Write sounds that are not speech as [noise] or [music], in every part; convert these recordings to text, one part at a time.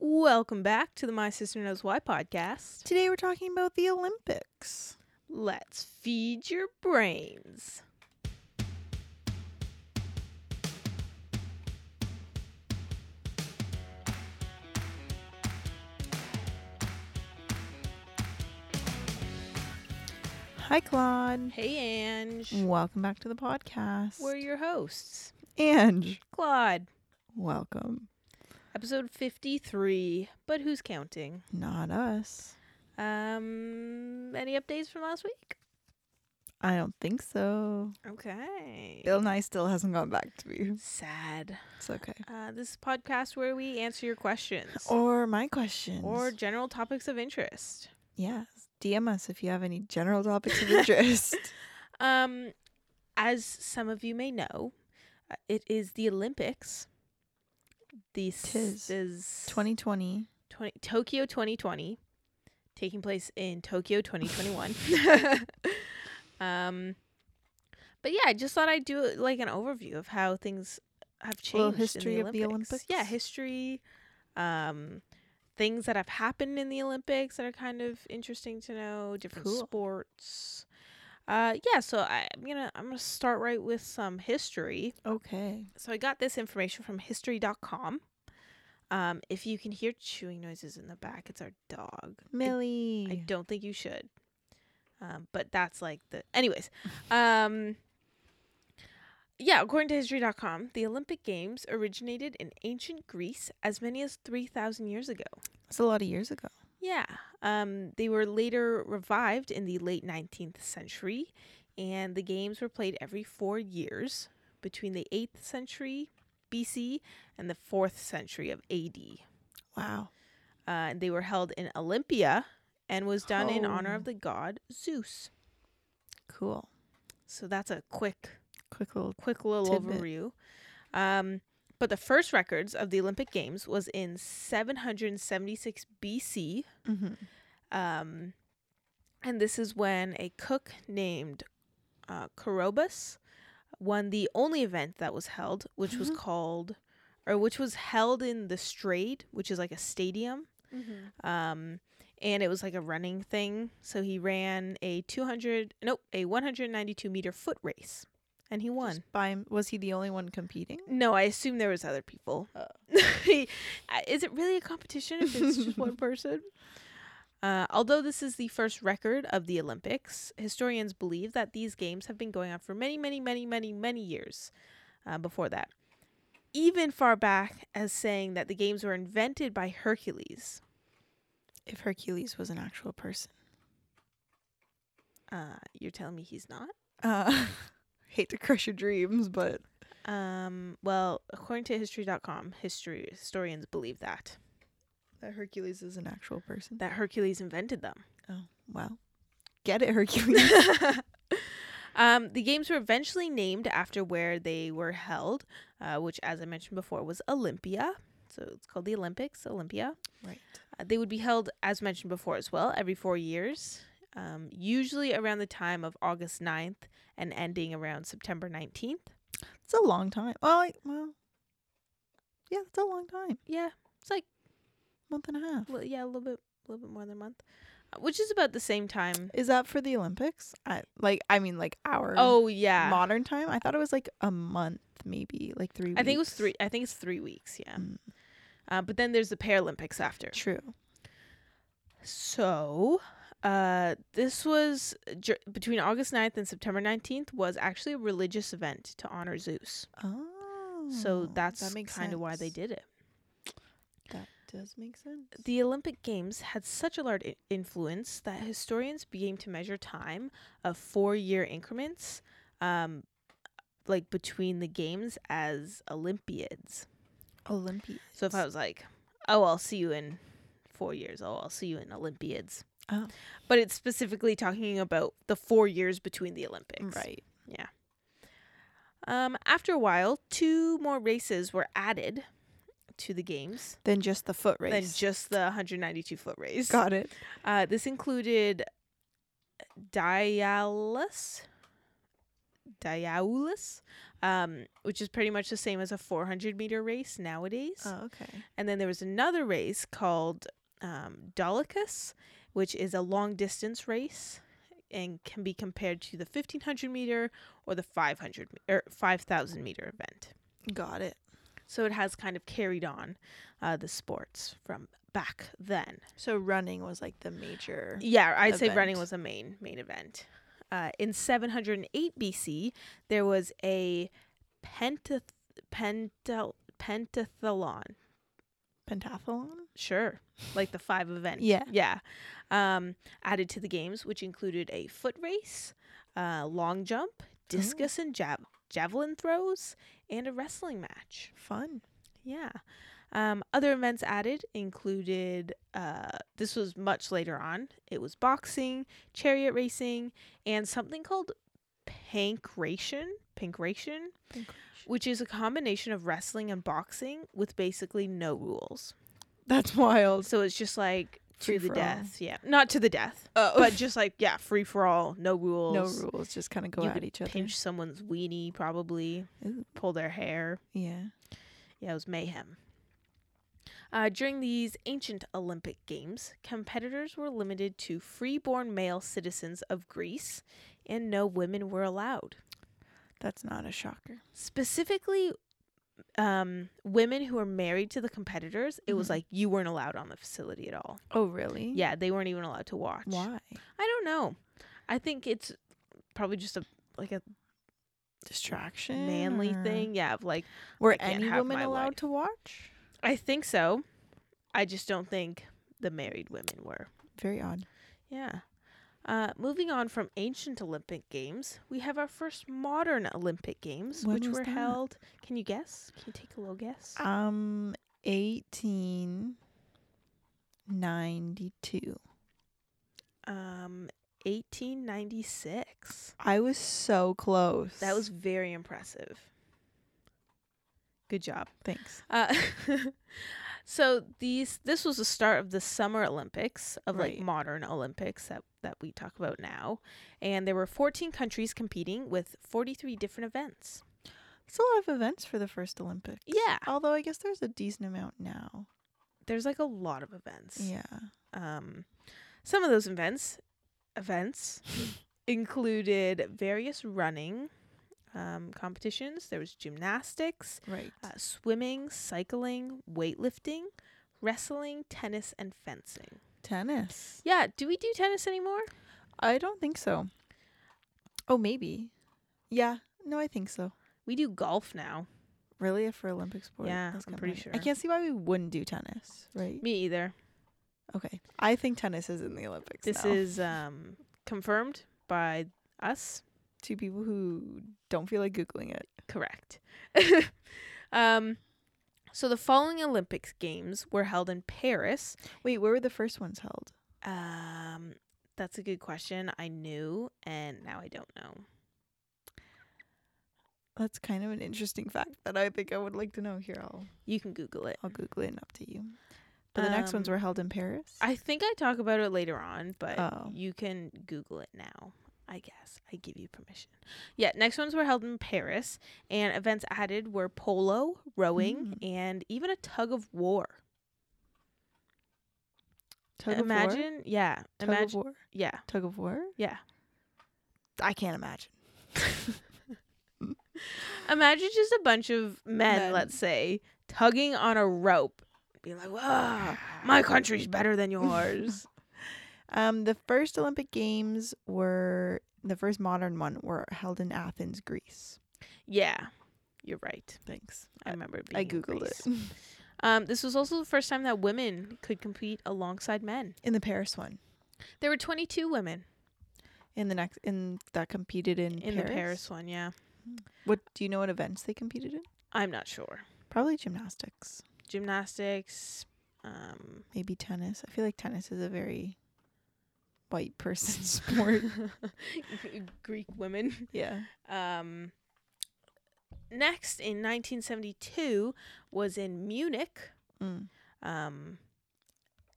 Welcome back to the My Sister Knows Why podcast. Today we're talking about the Olympics. Let's feed your brains. Hi, Claude. Hey, Ange. Welcome back to the podcast. We're your hosts, Ange, Claude. welcome. Episode 53, but who's counting? Not us. Um, any updates from last week? I don't think so. Okay. Bill Nye still hasn't gone back to me. Sad. It's okay. Uh, this is a podcast where we answer your questions Or my questions. or general topics of interest. yes, DM us if you have any general topics [laughs] of interest. Um, as some of you may know, uh, it is the Olympics. This Tis. is 2020. 20 Tokyo 2020, taking place in Tokyo [laughs] 2021. [laughs] um, but yeah, I just thought I'd do like an overview of how things have changed. Little in history of the Olympics? Yeah, history. Um, things that have happened in the Olympics that are kind of interesting to know. Different Cool. sports. Uh, yeah, so I, I'm gonna I'm gonna start right with some history. Okay. So I got this information from history.com. Um, if you can hear chewing noises in the back, it's our dog. I- Millie. I, don't think you should. Um, but that's like the anyways. Um yeah, according to history.com, the Olympic Games originated in ancient Greece as many as 3,000 years ago. It's a lot of years ago. Yeah. Um, they were later revived in the late 19th century, and the games were played every four years between the 8th century BC and the 4th century of AD. Wow. Uh, they were held in Olympia and was done in honor Oh. of the god Zeus. Cool. So that's a quick, Quick little. quick little Tidbit. overview. Um, but the first records of the Olympic Games was in 776 BC Mhm. Um, and this is when a cook named uh, Corobus won the only event that was held, which was Mhm. called, or which was held in the Strade, which is like a stadium. Um, and it was like a running thing. So he ran a 200, nope, a 192 meter foot race, and he won. Just by him- was he the only one competing? No, I assume there was other people. [laughs] I- is it really a competition if it's just one person? Uh, although this is the first record of the Olympics, historians believe that these games have been going on for many, many, many, many, many years uh, before that. Even far back as saying that the games were invented by Hercules. If Hercules was an actual person. Uh, you're telling me he's not? Uh, [laughs] hate to crush your dreams, but Um, well, according to history.com, history historians believe that that Hercules is an actual person. that Hercules invented them. Oh, well. Get it, Hercules. [laughs] [laughs] um, the games were eventually named after where they were held, uh, which, as I mentioned before, was Olympia. So it's called the Olympics, Olympia. right. Uh, they would be held, as mentioned before, as well, every four years, um, usually around the time of August 9th and ending around September 19th. It's a long time. Oh, I, well. Yeah, it's a long time. Yeah, it's like, Month and a half. well, yeah, a little bit, a little bit more than a month, uh, which is about the same time. Is that for the Olympics? I, like, I mean, like our Oh, yeah. modern time? I thought it was like a month, maybe, like three weeks. I think it was three. I think it's three weeks. Yeah, Mm. uh, but then there's the Paralympics after. True. So, uh, this was uh, dur- between August 9th and September 19th was actually a religious event to honor Zeus. Oh. so that's that makes kind of why they sense. did it. That does make sense. The Olympic Games had such a large i- influence that historians began to measure time of four-year increments, um, like between the games as Olympiads. Olympics. So if I was like, "Oh, I'll see you in four years," "Oh, I'll see you in Olympiads," Oh. but it's specifically talking about the four years between the Olympics. Right. Um, after a while, two more races were added to the games Than just the foot race. than just the 192 foot race. Got it. Uh, this included Dialis, Diaolis, um, which is pretty much the same as a 400 meter race nowadays. Oh, okay. And then there was another race called um, Dolicus, which is a long distance race and can be compared to the 1500 meter or the 500 me- or 5000 meter event. Got it. So it has kind of carried on uh, the sports from back then. So running was like the major. Yeah, I'd say running event. was a main main event. Uh, in 708 BC, there was a pentath- pental- pentathlon. Pentathlon? Sure. Like the five event. Yeah. Yeah. Um, added to the games, which included a foot race, uh, long jump, discus and jav- javelin throws, and a wrestling match. Fun. Yeah. Um, other events added included uh, this was much later on. It was boxing, chariot racing, and something called pancration. Pancration, which is a combination of wrestling and boxing with basically no rules. That's wild. So it's just like Free to the for all. death. Yeah. Not to the death, Oh, [laughs] but just like, yeah, free for all, no rules. no rules. Just kind of go You at could each other. Pinch someone's weenie, probably. Ooh. Pull their hair. Yeah. Yeah, it was mayhem. Uh, during these ancient Olympic Games, competitors were limited to freeborn male citizens of Greece, and no women were allowed. That's not a shocker. Specifically, um, women who were married to the competitors, it was Mhm. like you weren't allowed on the facility at all. Oh, really? Yeah, they weren't even allowed to watch. Why? I don't know. I think it's probably just a like a Distraction. manly or- thing. Yeah, of like Were can't any have women my allowed wife. to watch? I think so. I just don't think the married women were. Very odd. Yeah. Uh, moving on from ancient Olympic Games, we have our first modern Olympic Games, When which was were that? held. Can you guess? Can you take a little guess? Um, eighteen ninety-two. Um, 1896. I was so close. That was very impressive. Good job. thanks. Uh, [laughs] so these this was the start of the Summer Olympics of Right. like modern Olympics that that we talk about now, and there were 14 countries competing with 43 different events. It's a lot of events for the first Olympics. Yeah, Although I guess there's a decent amount now. there's like a lot of events. Yeah. Um, some of those events [laughs] events included various running um, competitions. There was gymnastics, Right. uh, swimming, cycling, weightlifting, wrestling, tennis, and fencing. Tennis. Yeah, do we do tennis anymore? I don't think so. Oh, maybe. Yeah. No, I think so. We do golf now. Really, for Olympic sport? Yeah, that's I'm kinda pretty weird. I sure. can't see why we wouldn't do tennis, right? Me either. Okay. I think tennis is in the Olympics. This now. is um confirmed by us. two people who don't feel like googling it. Correct. [laughs] um so the following Olympics games were held in Paris. Wait, where were the first ones held? Um that's a good question. I knew and now I don't know. That's kind of an interesting fact that I think I would like to know. Here, I'll You can google it. I'll Google it and update you. But the next ones Um, were held in Paris. I think I talk about it later on, but Oh. you can Google it now. I guess I give you permission. Yeah, next ones were held in Paris, and events added were polo, rowing, Mm. and even a tug of war. Tug imagine, of war. yeah, Tug imagine, of war. [laughs] yeah, Tug of war. yeah. I can't imagine. Imagine just a bunch of men, Men. let's say, tugging on a rope, be like, "Whoa, Ah, my country's better than [laughs] yours." Um, the first Olympic Games were the first modern one were held in Athens, Greece. yeah, you're right. Thanks. I I- remember. It being I in googled Greece. it Um, this was also the first time that women could compete alongside men. [laughs] in the Paris one. There were 22 women In the next, in that competed in in Paris? the Paris one, yeah. What do you know? What events they competed in? I'm not sure. Probably gymnastics. Gymnastics, [laughs] um, maybe tennis. I feel like tennis is a very white person [laughs] sport. G- [laughs] Greek women. yeah. Um, next, in 1972, was in Munich, Mm. um,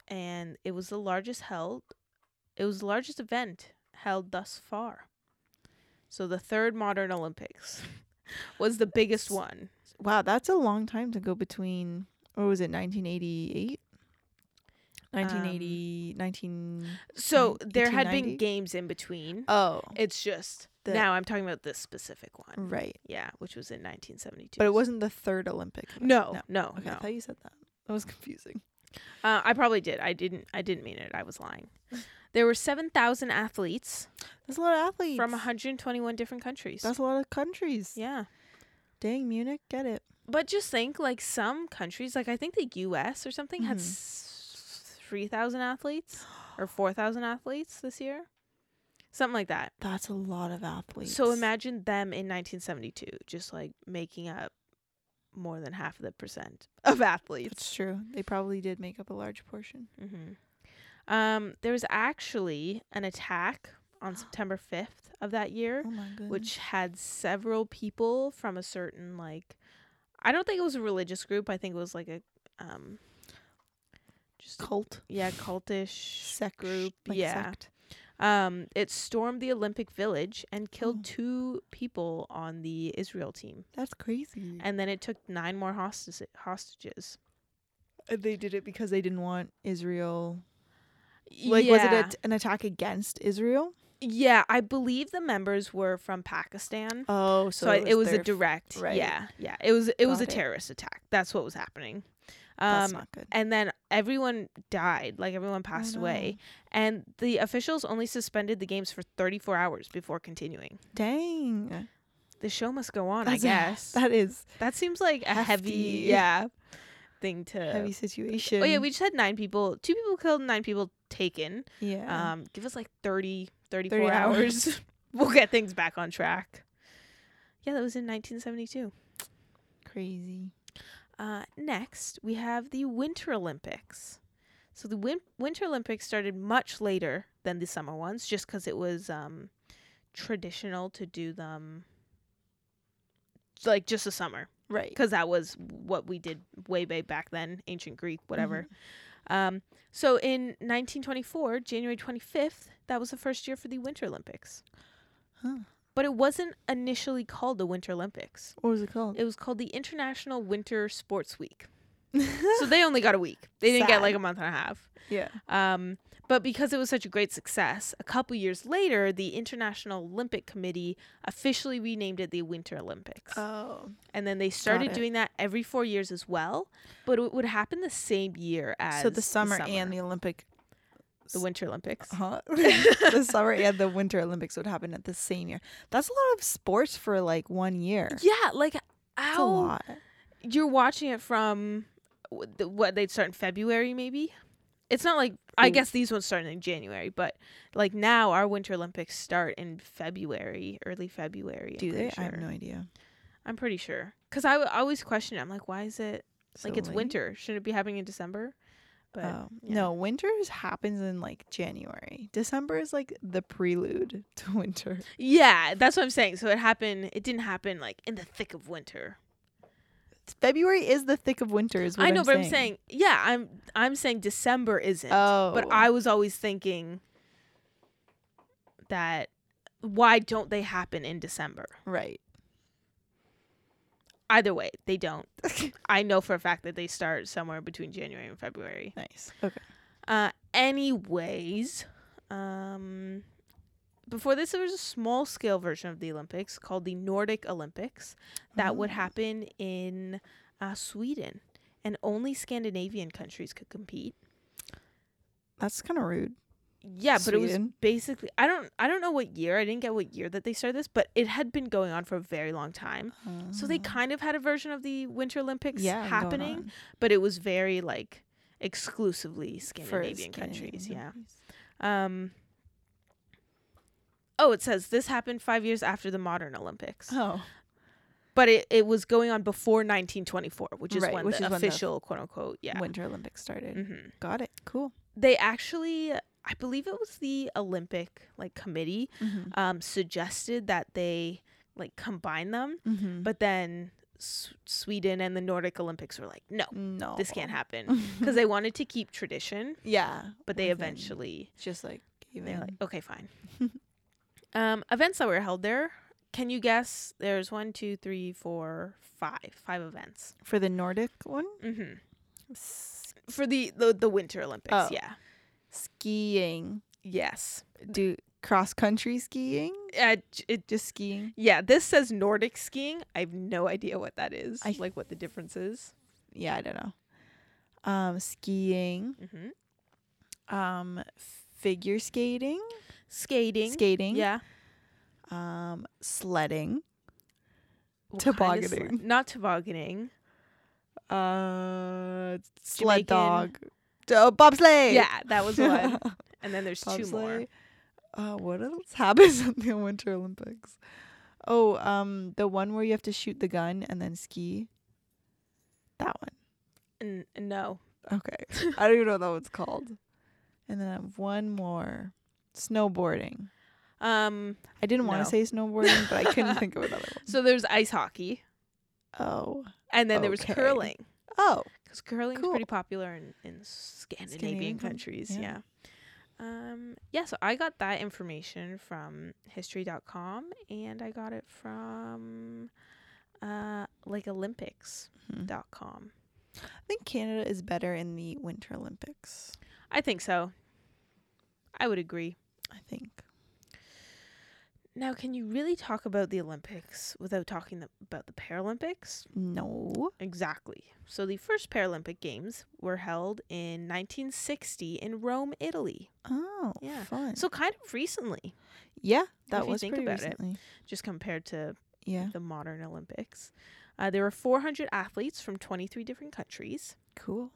and it was the largest held. It was the largest event held thus far. So the third modern Olympics [laughs] was the biggest That's- one. Wow, that's a long time to go between. What was it? 1988. 1980, 19. So there had been 1890? games in between. Oh, It's just The- now I'm talking about this specific one. right. Yeah, which was in 1972. But it wasn't the third Olympic. was it? No, no. no, Okay, no. I thought you said that. That was confusing. Uh, I probably did. I didn't. I didn't mean it. I was lying. There were 7,000 athletes That's a lot of athletes. from 121 different countries. That's a lot of countries. yeah. Dang, Munich, get it. But just think, like some countries, like I think the U.S. or something had Mhm. s- 3,000 athletes or 4,000 athletes this year, something like that. That's a lot of athletes. So imagine them in 1972, just like making up more than half of the percent [laughs] of athletes. It's true. They probably did make up a large portion. Mm-hmm. Um, there was actually an attack [gasps] on September 5th of that year, Oh my goodness. which had several people from a certain like, I don't think it was a religious group. I think it was like a, um, just cult yeah, cultish sect group. like yeah. sect. Um, it stormed the Olympic Village and killed Oh. two people on the Israel team. That's crazy. and then it took nine more hostas hostages. And they did it because they didn't want Israel. Like, was it Yeah. a t an attack against Israel? yeah, I believe the members were from Pakistan. Oh, so I- it, was a their- direct. right. Yeah, yeah. It was it was a Got it. terrorist attack. That's what was happening. That's Um, not good. and then everyone died. Like everyone Oh, passed no. away. And the officials only suspended the games for 34 hours before continuing. Dang. The show must go on. That's a- I guess that, that is seems like a heavy hefty. yeah thing to. heavy situation. Oh yeah, we just had nine people. Two people killed, and nine people taken. yeah. Um, give us like 30, 34 30 hours. hours. [laughs] we'll get things back on track. Yeah, that was in 1972. crazy. Uh, next, we have the Winter Olympics. So the win- Winter Olympics started much later than the summer ones, just because it was um, traditional to do them like just the summer, Right. because that was what we did way, way back then, ancient Greek, Mm-hmm. whatever. Um, so in 1924, January 25th, that was the first year for the Winter Olympics. Huh. But it wasn't initially called the Winter Olympics. What was it called? It was called the International Winter Sports Week. [laughs] [laughs] So they only got a week. They didn't get Sad. like a month and a half. yeah. Um, but because it was such a great success, a couple years later, the International Olympic Committee officially renamed it the Winter Olympics. Oh. and then they started it. doing that every four years as well. But it would happen the same year as So the summer, and the Olympic, the Winter Olympics. [laughs] huh? [laughs] the summer and the Winter Olympics would happen at the same year. That's a lot of sports for like one year. Yeah, like That's a how lot. you're watching it from w- the- what they'd start in February, maybe. It's not like I Mm. guess these ones start in January, but like now our Winter Olympics start in February, early February. I'm Do pretty they? I have sure. no idea. I'm pretty sure because I, w- I always question it. I'm like, why is it like So it's late? winter? Should it be happening in December? But Oh. yeah. No, winter is- happens in like January. December is like the prelude [laughs] to winter. yeah, that's what I'm saying. So it happened. It didn't happen like in the thick of winter. February is the thick of winter. Is what I know, but I'm saying yeah. I'm I'm saying December isn't. But Oh. I was always thinking that why don't they happen in December? right. [laughs] Either way, they don't. I know for a fact that they start somewhere between January and February. Nice. Okay. Uh, anyways, um, before this, there was a small scale version of the Olympics called the Nordic Olympics that would Oh. happen in uh, Sweden, and only Scandinavian countries could compete. That's kind of rude. Yeah, but it was Sweden. basically I don't I don't know what year. I didn't get what year that they started this, but it had been going on for a very long time. So they Uh, kind of had a version of the Winter Olympics yeah, going happening, on but it was very like exclusively for Scandinavian Scandinavian countries, yeah. countries. Um Oh, it says this happened 5 years after the modern Olympics. Oh. But it, it was going on before 1924, which is Right, when which the is when the- official quote unquote, yeah. Winter Olympics started. hmm Got it. Cool. They actually I believe it was the Olympic like committee Mm-hmm. um, suggested that they like combine them, Mm-hmm. but then S- Sweden and the Nordic Olympics were like, no, no, this [laughs] can't happen because they wanted to keep tradition, yeah, but they within- eventually just like gave they're in. like, okay, fine. [laughs] Um, events that were held there. Can you guess? There's one, two, three, four, five, five events. For the Nordic one, Mm-hmm. For the, the the Winter Olympics, Oh. yeah, skiing. yes, Do cross country skiing? uh, it, Just skiing? yeah. This says Nordic skiing. I have no idea what that is. I- like what the difference is. Yeah, I don't know. Um, skiing. Mm-hmm. Um, figure skating. Skating. Skating. Yeah. Um, sledding. What kind of sled- Tobogganing. not tobogganing. Uh, Jamaican- Sled dog. D- oh, bobsleigh. Yeah, that was [laughs] [laughs] one. and then there's two more. Bobsleigh. Uh, what else [laughs] happens at the Winter Olympics? Oh, um, the one where you have to shoot the gun and then ski. That one. N- no. [laughs] Okay. I don't even know what that one's called. And then I have one more. Snowboarding. Um. I didn't want No. to say snowboarding, but I couldn't think of [laughs] another one. So there's ice hockey, Oh. and then there was Okay. curling Oh. because curling is Cool. pretty popular in, in Scandinavian, Scandinavian coun- countries. Yeah. yeah. Um. Yeah. So I got that information from history.com, and I got it from, uh, like Hmm. Mhm. Olympics.com. I think Canada is better in the Winter Olympics. I think so. I would agree. I think. Now, can you really talk about the Olympics without talking th- about the Paralympics? No. Exactly. So, the first Paralympic Games were held in 1960 in Rome, Italy. Oh. Yeah. Fun. So, kind of recently, yeah, that if you was think pretty about it. recently. just compared to Yeah. the modern Olympics. Uh, there were 400 athletes from 23 different countries. Cool.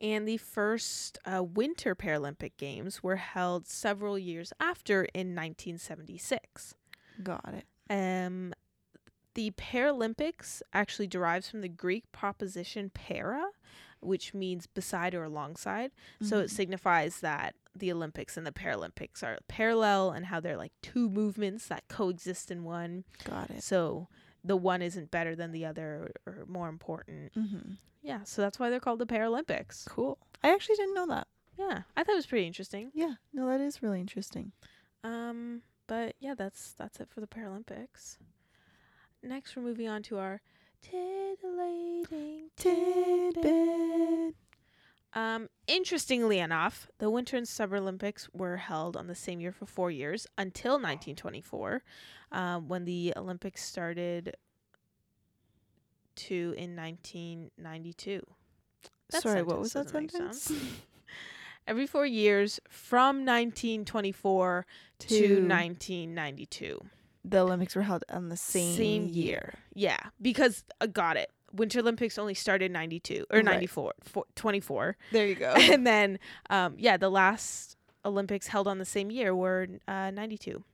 And the first uh, Winter Paralympic Games were held several years after in 1976. Got it. Um, the Paralympics actually derives from the Greek proposition para, which means beside or alongside. So it Mhm. signifies that the Olympics and the Paralympics are parallel and how they're like two movements that coexist in one. Got it. So the one isn't better than the other or more important. Mm-hmm. Yeah, so that's why they're called the Paralympics. Cool. I actually didn't know that. Yeah, I thought it was pretty interesting. Yeah. No, that is really interesting. Um, but yeah, that's that's it for the Paralympics. Next, we're moving on to our titillating tidbit. Tidbit. Um, interestingly enough, the Winter and Summer Olympics were held on the same year for four years until 1924, um, when the Olympics started to in 1992. That Sorry, what was that sentence doesn't make sentence? [laughs] Every four years from 1924 to To- 1992. the Olympics were held on the same, Yeah, because I got it. Winter Olympics only started 92 or Right. 94, four, 24. There you go. [laughs] And then, um, yeah, the last Olympics held on the same year were uh, 92.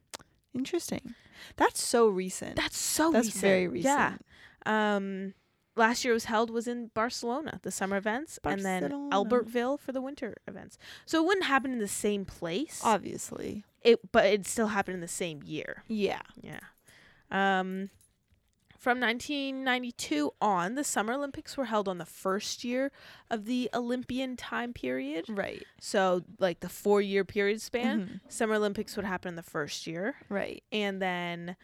interesting. That's so recent. That's so That's recent. very recent. Yeah. Um, last year it was held was in Barcelona, the summer events, and then Barcelona. Albertville for the winter events. So it wouldn't happen in the same place. Obviously. it, but it still happened in the same year. Yeah. Yeah. Um, from 1992 on, the Summer Olympics were held on the first year of the Olympian time period. Right. So, like the four year period span, Mhm. Summer Olympics would happen in the first year. Right. And then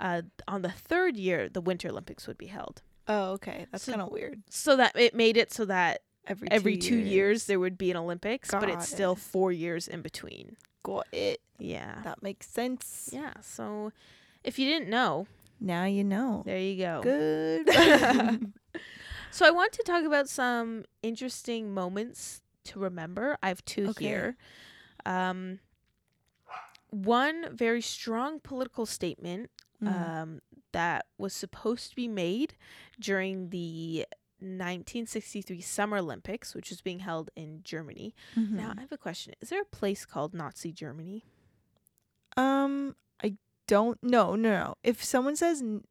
uh, on the third year, the Winter Olympics would be held. Oh, okay. That's So- kind of weird. So that it made it so that Every every two years, there would be an Olympics, but Got it's still four years in between. Got it. Yeah. That makes sense. Yeah. So if you didn't know, Now you know. there you go. Good. [laughs] Mm-hmm. So I want to talk about some interesting moments to remember. I have two Okay. here. Um, one very strong political statement Mm. um, that was supposed to be made during the 1963 Summer Olympics, which was being held in Germany. Now Mhm. I have a question: Is there a place called Nazi Germany? Um, I don't know. No, no. If someone says, n-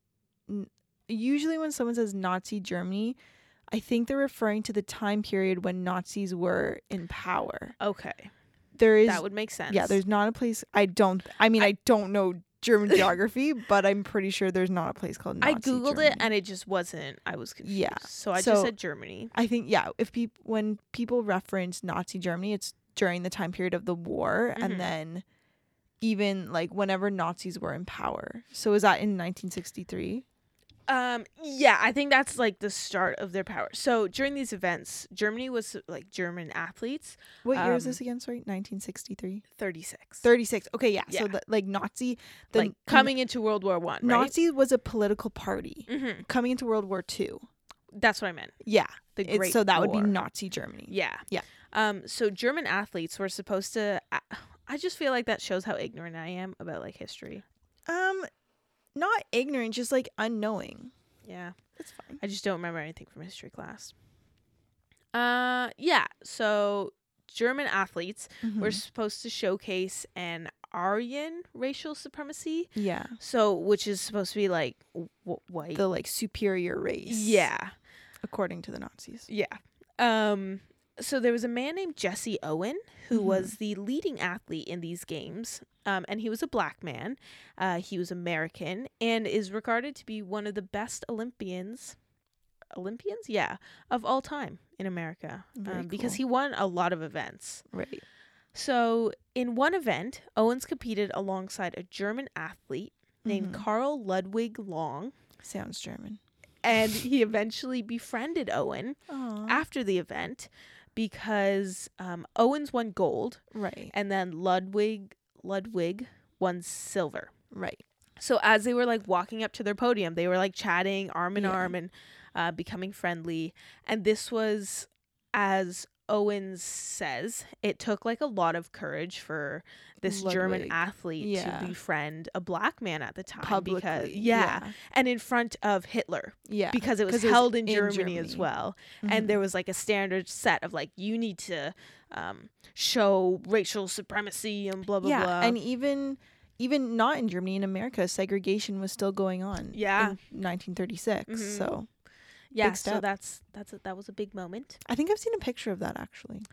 n- usually when someone says Nazi Germany, I think they're referring to the time period when Nazis were in power. Okay, There is, that would make sense. yeah, there's not a place. I don't. I mean, I, don't know [laughs] German geography, but I'm pretty sure there's not a place called. Nazi I googled Germany. it and it just wasn't. I was confused. Yeah, so I just so- said Germany. I think yeah, if people when people reference Nazi Germany, it's during the time period of the war Mhm. and then even like whenever Nazis were in power. So was that in 1963? Um, yeah, I think that's like the start of their power. So during these events, Germany was like German athletes, What year is Um, this again? Sorry, 1963. 36. 36. Okay, yeah. So Yeah. the, like Nazi, the like coming into World War One, right? Nazi was a political party hmm coming into World War Two. That's what I meant. Yeah, The it's- Great so that would War. be Nazi Germany. Yeah. Yeah. Um, so German athletes were supposed to. I, I just feel like that shows how ignorant I am about like history. Um, not ignorant, just like unknowing. Yeah. It's fine. I just don't remember anything from history class. Uh, yeah. So German athletes Mm-hmm. were Hmm. supposed to showcase an Aryan racial supremacy. yeah, So, which is supposed to be like w- white. Oh. the like superior race. yeah. according to the Nazis. Yeah. Um so there was a man named Jesse Owen who Mhm. was the leading athlete in these games. Um, and he was a black man. Uh, he was American and is regarded to be one of the best Olympians Olympians, yeah, of all time in America. Very Um, because cool. he won a lot of events. Right. So, in one event, Owens competed alongside a German athlete named Mhm. Carl Ludwig Long, Sounds German. and he eventually befriended Owen Aww. after the event because um, Owens won gold Right. and then Ludwig Ludwig won silver. Right. So as they were like walking up to their podium, they were like chatting arm in Yeah. arm and uh, becoming friendly. And this was, as Owens says, it took like a lot of courage for this German Ludwig. athlete Yeah. to befriend a black man at the time Publicly. because yeah, and in front of Hitler Yeah. because it was 'Cause it was held in, in Germany, as Germany. well yeah. and there was like a standard set of like you need to um, show racial supremacy and blah blah yeah, blah. and even even not in Germany in America, segregation was still going on. Yeah. in 1936. Mhm. So yeah, big so step. that's that's a, that was a big moment. I think I've seen a picture of that actually,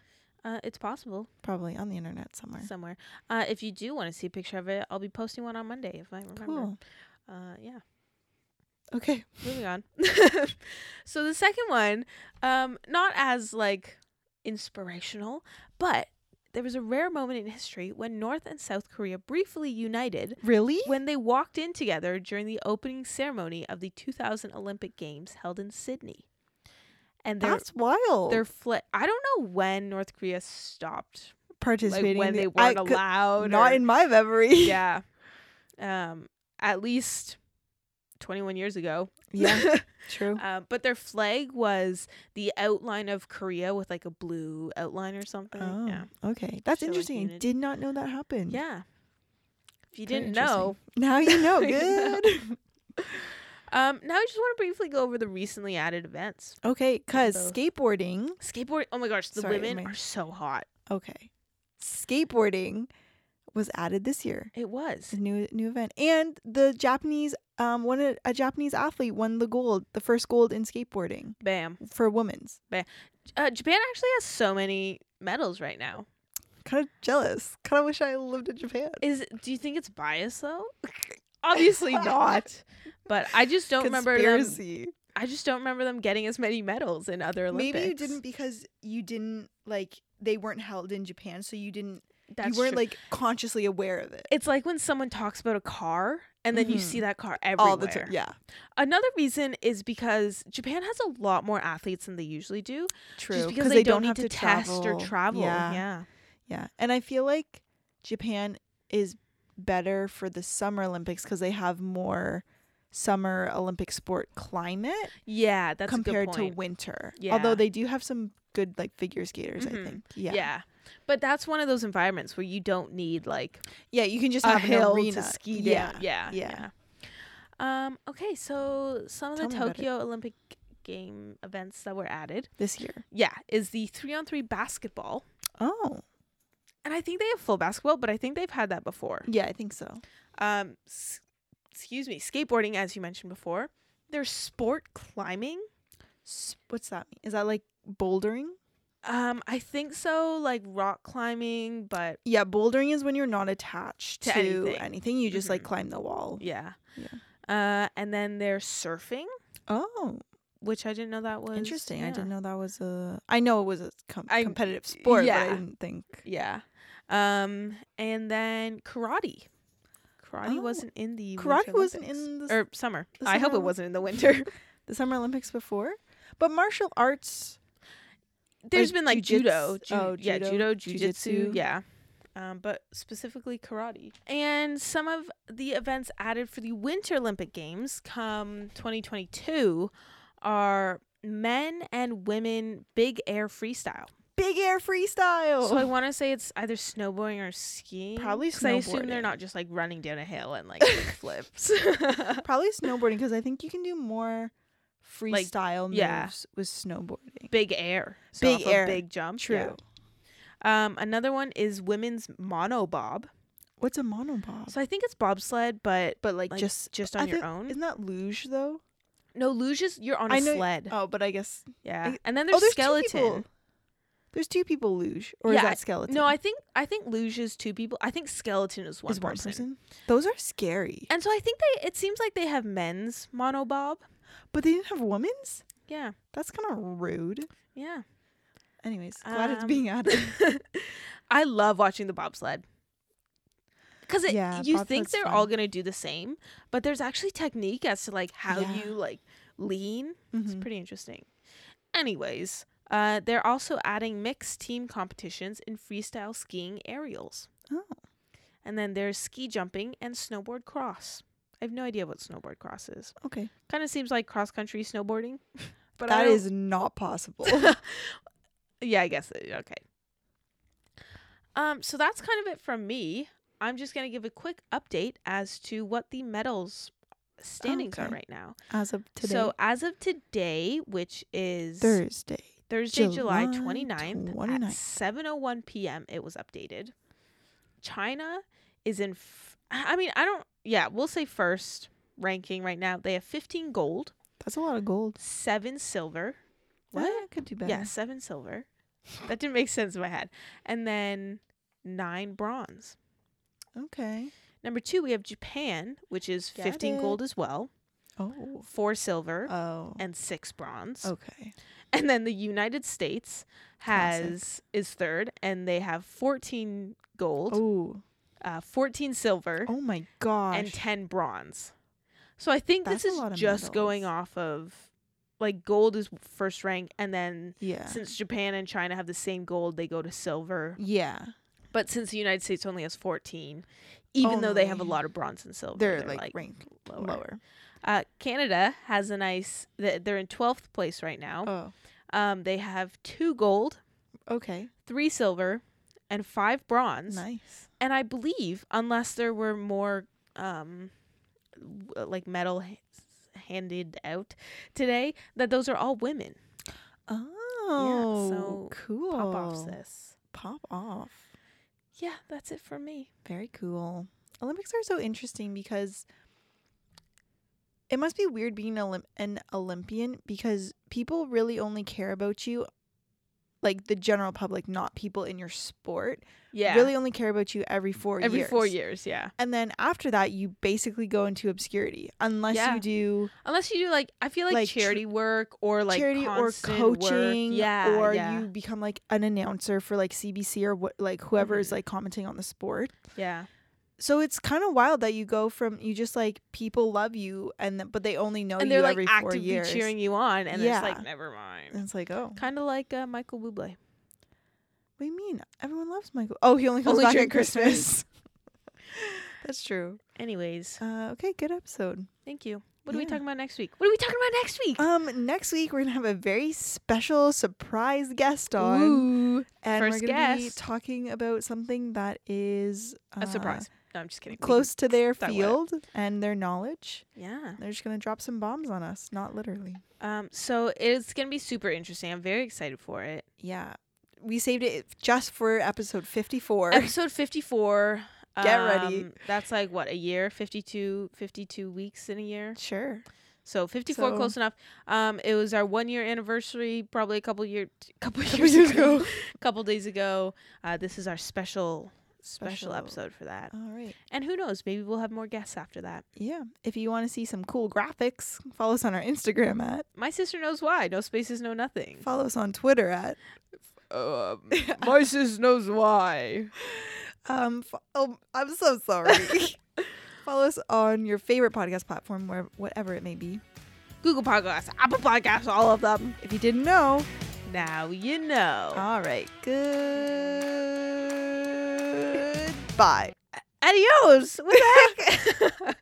Uh, it's possible probably on the internet somewhere. somewhere. Uh, if you do want to see a picture of it, I'll be posting one on Monday if I remember. Cool. Uh, yeah, Okay. moving on. [laughs] so the second one, um, not as like inspirational, but there was a rare moment in history when North and South Korea briefly united Really? when they walked in together during the opening ceremony of the 2000 Olympic Games held in Sydney. And their That's wild. their flag. I don't know when North Korea stopped, like participating when in they the- I weren't could- allowed. Not or- in my [laughs] memory. yeah, um, at least 21 years ago. [laughs] [laughs] yeah. True. um, but their flag was the outline of Korea with like a blue outline or something. Oh, Uh, Yeah, okay. That's Show, like, interesting. I unity. did not know that happened. yeah. If you Very didn't interesting. know, Now you [laughs] know. You know. Good. um, now I just want to briefly go over the recently added events. [laughs] Okay, because So- skateboarding. Skateboard. Oh my gosh, the Sorry, women my- are so hot. Okay, skateboarding was added this year. It It's a was. new new event, and the Japanese um one a, a Japanese athlete won the gold, the first gold in skateboarding Bam. for women's. Uh, Japan actually has so many medals right now. Kind of jealous. Kind of wish I lived in Japan. Is do you think it's biased though? [laughs] [laughs] Obviously not. But I just don't remember them. Conspiracy. I just don't remember them getting as many medals in other Olympics. Maybe you didn't because you didn't like they weren't held in Japan, so you didn't. That's you weren't true. like consciously aware of it It's like when someone talks about a car and then you Mhm. see that car everywhere. all the time. Yeah, Another reason is because Japan has a lot more athletes than they usually do. true. Just because they, don't, need to, test or travel. Yeah. yeah. Yeah. And I feel like Japan is better for the Summer Olympics because they have more summer Olympic sport climate Yeah, that's a compared good to point. winter. Yeah. Although they do have some good like figure skaters, Mhm. I think. Mm-hmm. Yeah. yeah. But that's one of those environments where you don't need like Yeah, you can just a have hill an arena. to ski yeah. down. Yeah. yeah. yeah. Um, okay, so some of Tell the me about it. Tokyo Olympic game events that were added. This year. Yeah, is the three on three basketball. Oh. And I think they have full basketball, but I think they've had that before. Yeah, I think so. Um s- excuse me, skateboarding as you mentioned before. There's sport climbing. S- What's that mean? Is that like bouldering? Um, I think so, like rock climbing, but Yeah, bouldering is when you're not attached To to, anything. anything. Mm-hmm. You just like Mhm. climb the wall. yeah. Uh and then there's surfing, Oh. which I didn't know that was Interesting. I yeah. didn't know that was a. I know it was a com- I- competitive sport, but yeah. I didn't think. Yeah. Um, and then karate. Karate Oh. wasn't in the Karate Winter wasn't Olympics. Er in the, s- or summer. the I hope Summer it Olymp- wasn't in the winter. the Summer Olympics before, but martial arts. [laughs] There's Like been like judo, jujits- ju- oh, yeah, judo, judo, jujitsu, jujitsu. yeah, um, but specifically karate. And some of the events added for the Winter Olympic Games come 2022 are men and women big air freestyle. Big air freestyle. So I want to say it's either snowboarding or skiing. Oh. Probably 'cause I assume snowboarding. they're not just like running down a hill and like [laughs] doing flips. [laughs] Probably snowboarding because I think you can do more freestyle yeah. moves with snowboarding. big air, so Big off a air. big jump. yeah. Um, another one is women's monobob. What's a monobob? So I think it's bobsled, but But like, like, just just on I your think- own. isn't that luge though? No, luge is you're on a I know- sled. Oh, but I guess yeah, I- and then there's, oh, there's Two skeleton. people. There's two people luge, or Yeah, is I- that skeleton? No, I think I think luge is two people. I think skeleton is one, is one person. person. Those are scary. And so I think they. It seems like they have men's monobob. But they didn't have women's. Yeah, That's kind of rude. yeah. Anyways, glad it's Um, [laughs] being added. I love watching the bobsled. Because Yeah, you think bobsled's they're fun. all gonna do the same, but there's actually technique as to like how Yeah. you like lean. It's Mhm. pretty interesting. Anyways, uh, they're also adding mixed team competitions in freestyle skiing aerials. Oh. And then there's ski jumping and snowboard cross. I have no idea what snowboard cross is. Okay, Kind of seems like cross country snowboarding. [laughs] But I that don't- is [laughs] not possible. yeah, I guess it, okay. Um, so that's kind of it from me. I'm just gonna give a quick update as to what the medals standings are Okay. right now. As of today, So as of today, which is Thursday. Thursday, July, July 29th, 29th. at 7:01 p.m. it was updated. China is in f- I mean, I don't yeah, we'll say first ranking right now. They have 15 gold, That's a lot of gold. 7 silver. Eh, could do better. Yeah, 7 silver. That didn't make sense in my head. And then 9 bronze. Okay. Number 2, we have Japan, which is Got 15 it. gold as well, Oh. 4 silver. Oh. and six bronze, Okay. and then the United States has Classic. is third, and they have fourteen gold, Oh. uh, 14 silver Oh my gosh. and 10 bronze. So I think this That's a is lot of just going medals. off of like gold is first rank and then yeah. since Japan and China have the same gold, they go to silver. yeah. But since the United States only has 14, even though they have a Only. lot of bronze and silver, They're, like, ranked lower. Uh, Canada has a nice th- they're in 12th place right now. Oh. Um they have 2 gold, Okay. 3 silver, and 5 bronze. Nice. and I believe unless there were more um w- uh, like medal h- handed out today that those are all women. Oh. so cool. Pop off sis. Pop off. Yeah, that's it for me. Very cool. Olympics are so interesting because it must be weird being an Olymp- an Olympian because people really only care about you, like the general public, not people in your sport, Yeah. really only care about you every four every years. 4 years, yeah. And then after that, you basically go into obscurity unless Yeah. you do Unless you do like I feel like, Like, tr- charity work or like charity or constant work. coaching, Yeah. or yeah, you become like an announcer for like CBC or what, like whoever Mm-hmm. is like commenting on the sport. Yeah. so it's kind of wild that you go from you just like people love you and th- but they only know And you they're like every four actively years. cheering you on and it's like Yeah. never And mind. it's like, oh, what Kind of like uh, Michael Bublé. do you mean? Everyone loves Michael. Oh, he only comes Only back during [laughs] at Christmas. That's true. Anyways, Uh, okay, good episode. thank you. What are we Yeah. talking about next week? What are we talking about next week? Um, next week we're gonna have a very special surprise guest on, Ooh, and first we're gonna be guest. talking about something that is a uh, surprise. No, I'm just kidding. We can- close to their that way up. field and their knowledge. Yeah. They're just gonna drop some bombs on us, not literally. Um, so it's gonna be super interesting. I'm very excited for it. Yeah. We saved it just for episode 54. Episode 54. Get ready. um, That's like what a year, 52, 52 weeks in a year. [laughs] sure. So 54 So- close enough. Um, it was our one year anniversary, probably a couple year, [laughs] couple Couple years years ago, [laughs] couple days ago. Uh, this is our special, special, Special. episode for that. All right. And who knows, maybe we'll have more guests after that. Yeah. If you want to see some cool graphics, follow us on our Instagram at, My sister knows why. No spaces, no nothing. [laughs] follow us on Twitter at. Um, my sister knows why. Um, fo- oh, I'm so [laughs] sorry. Follow us on your favorite podcast platform, where whatever it may be. Google Podcasts, Apple Podcasts, all of them. If you didn't know, Now you know. all right, good. Bye. [laughs] Adios. What the heck?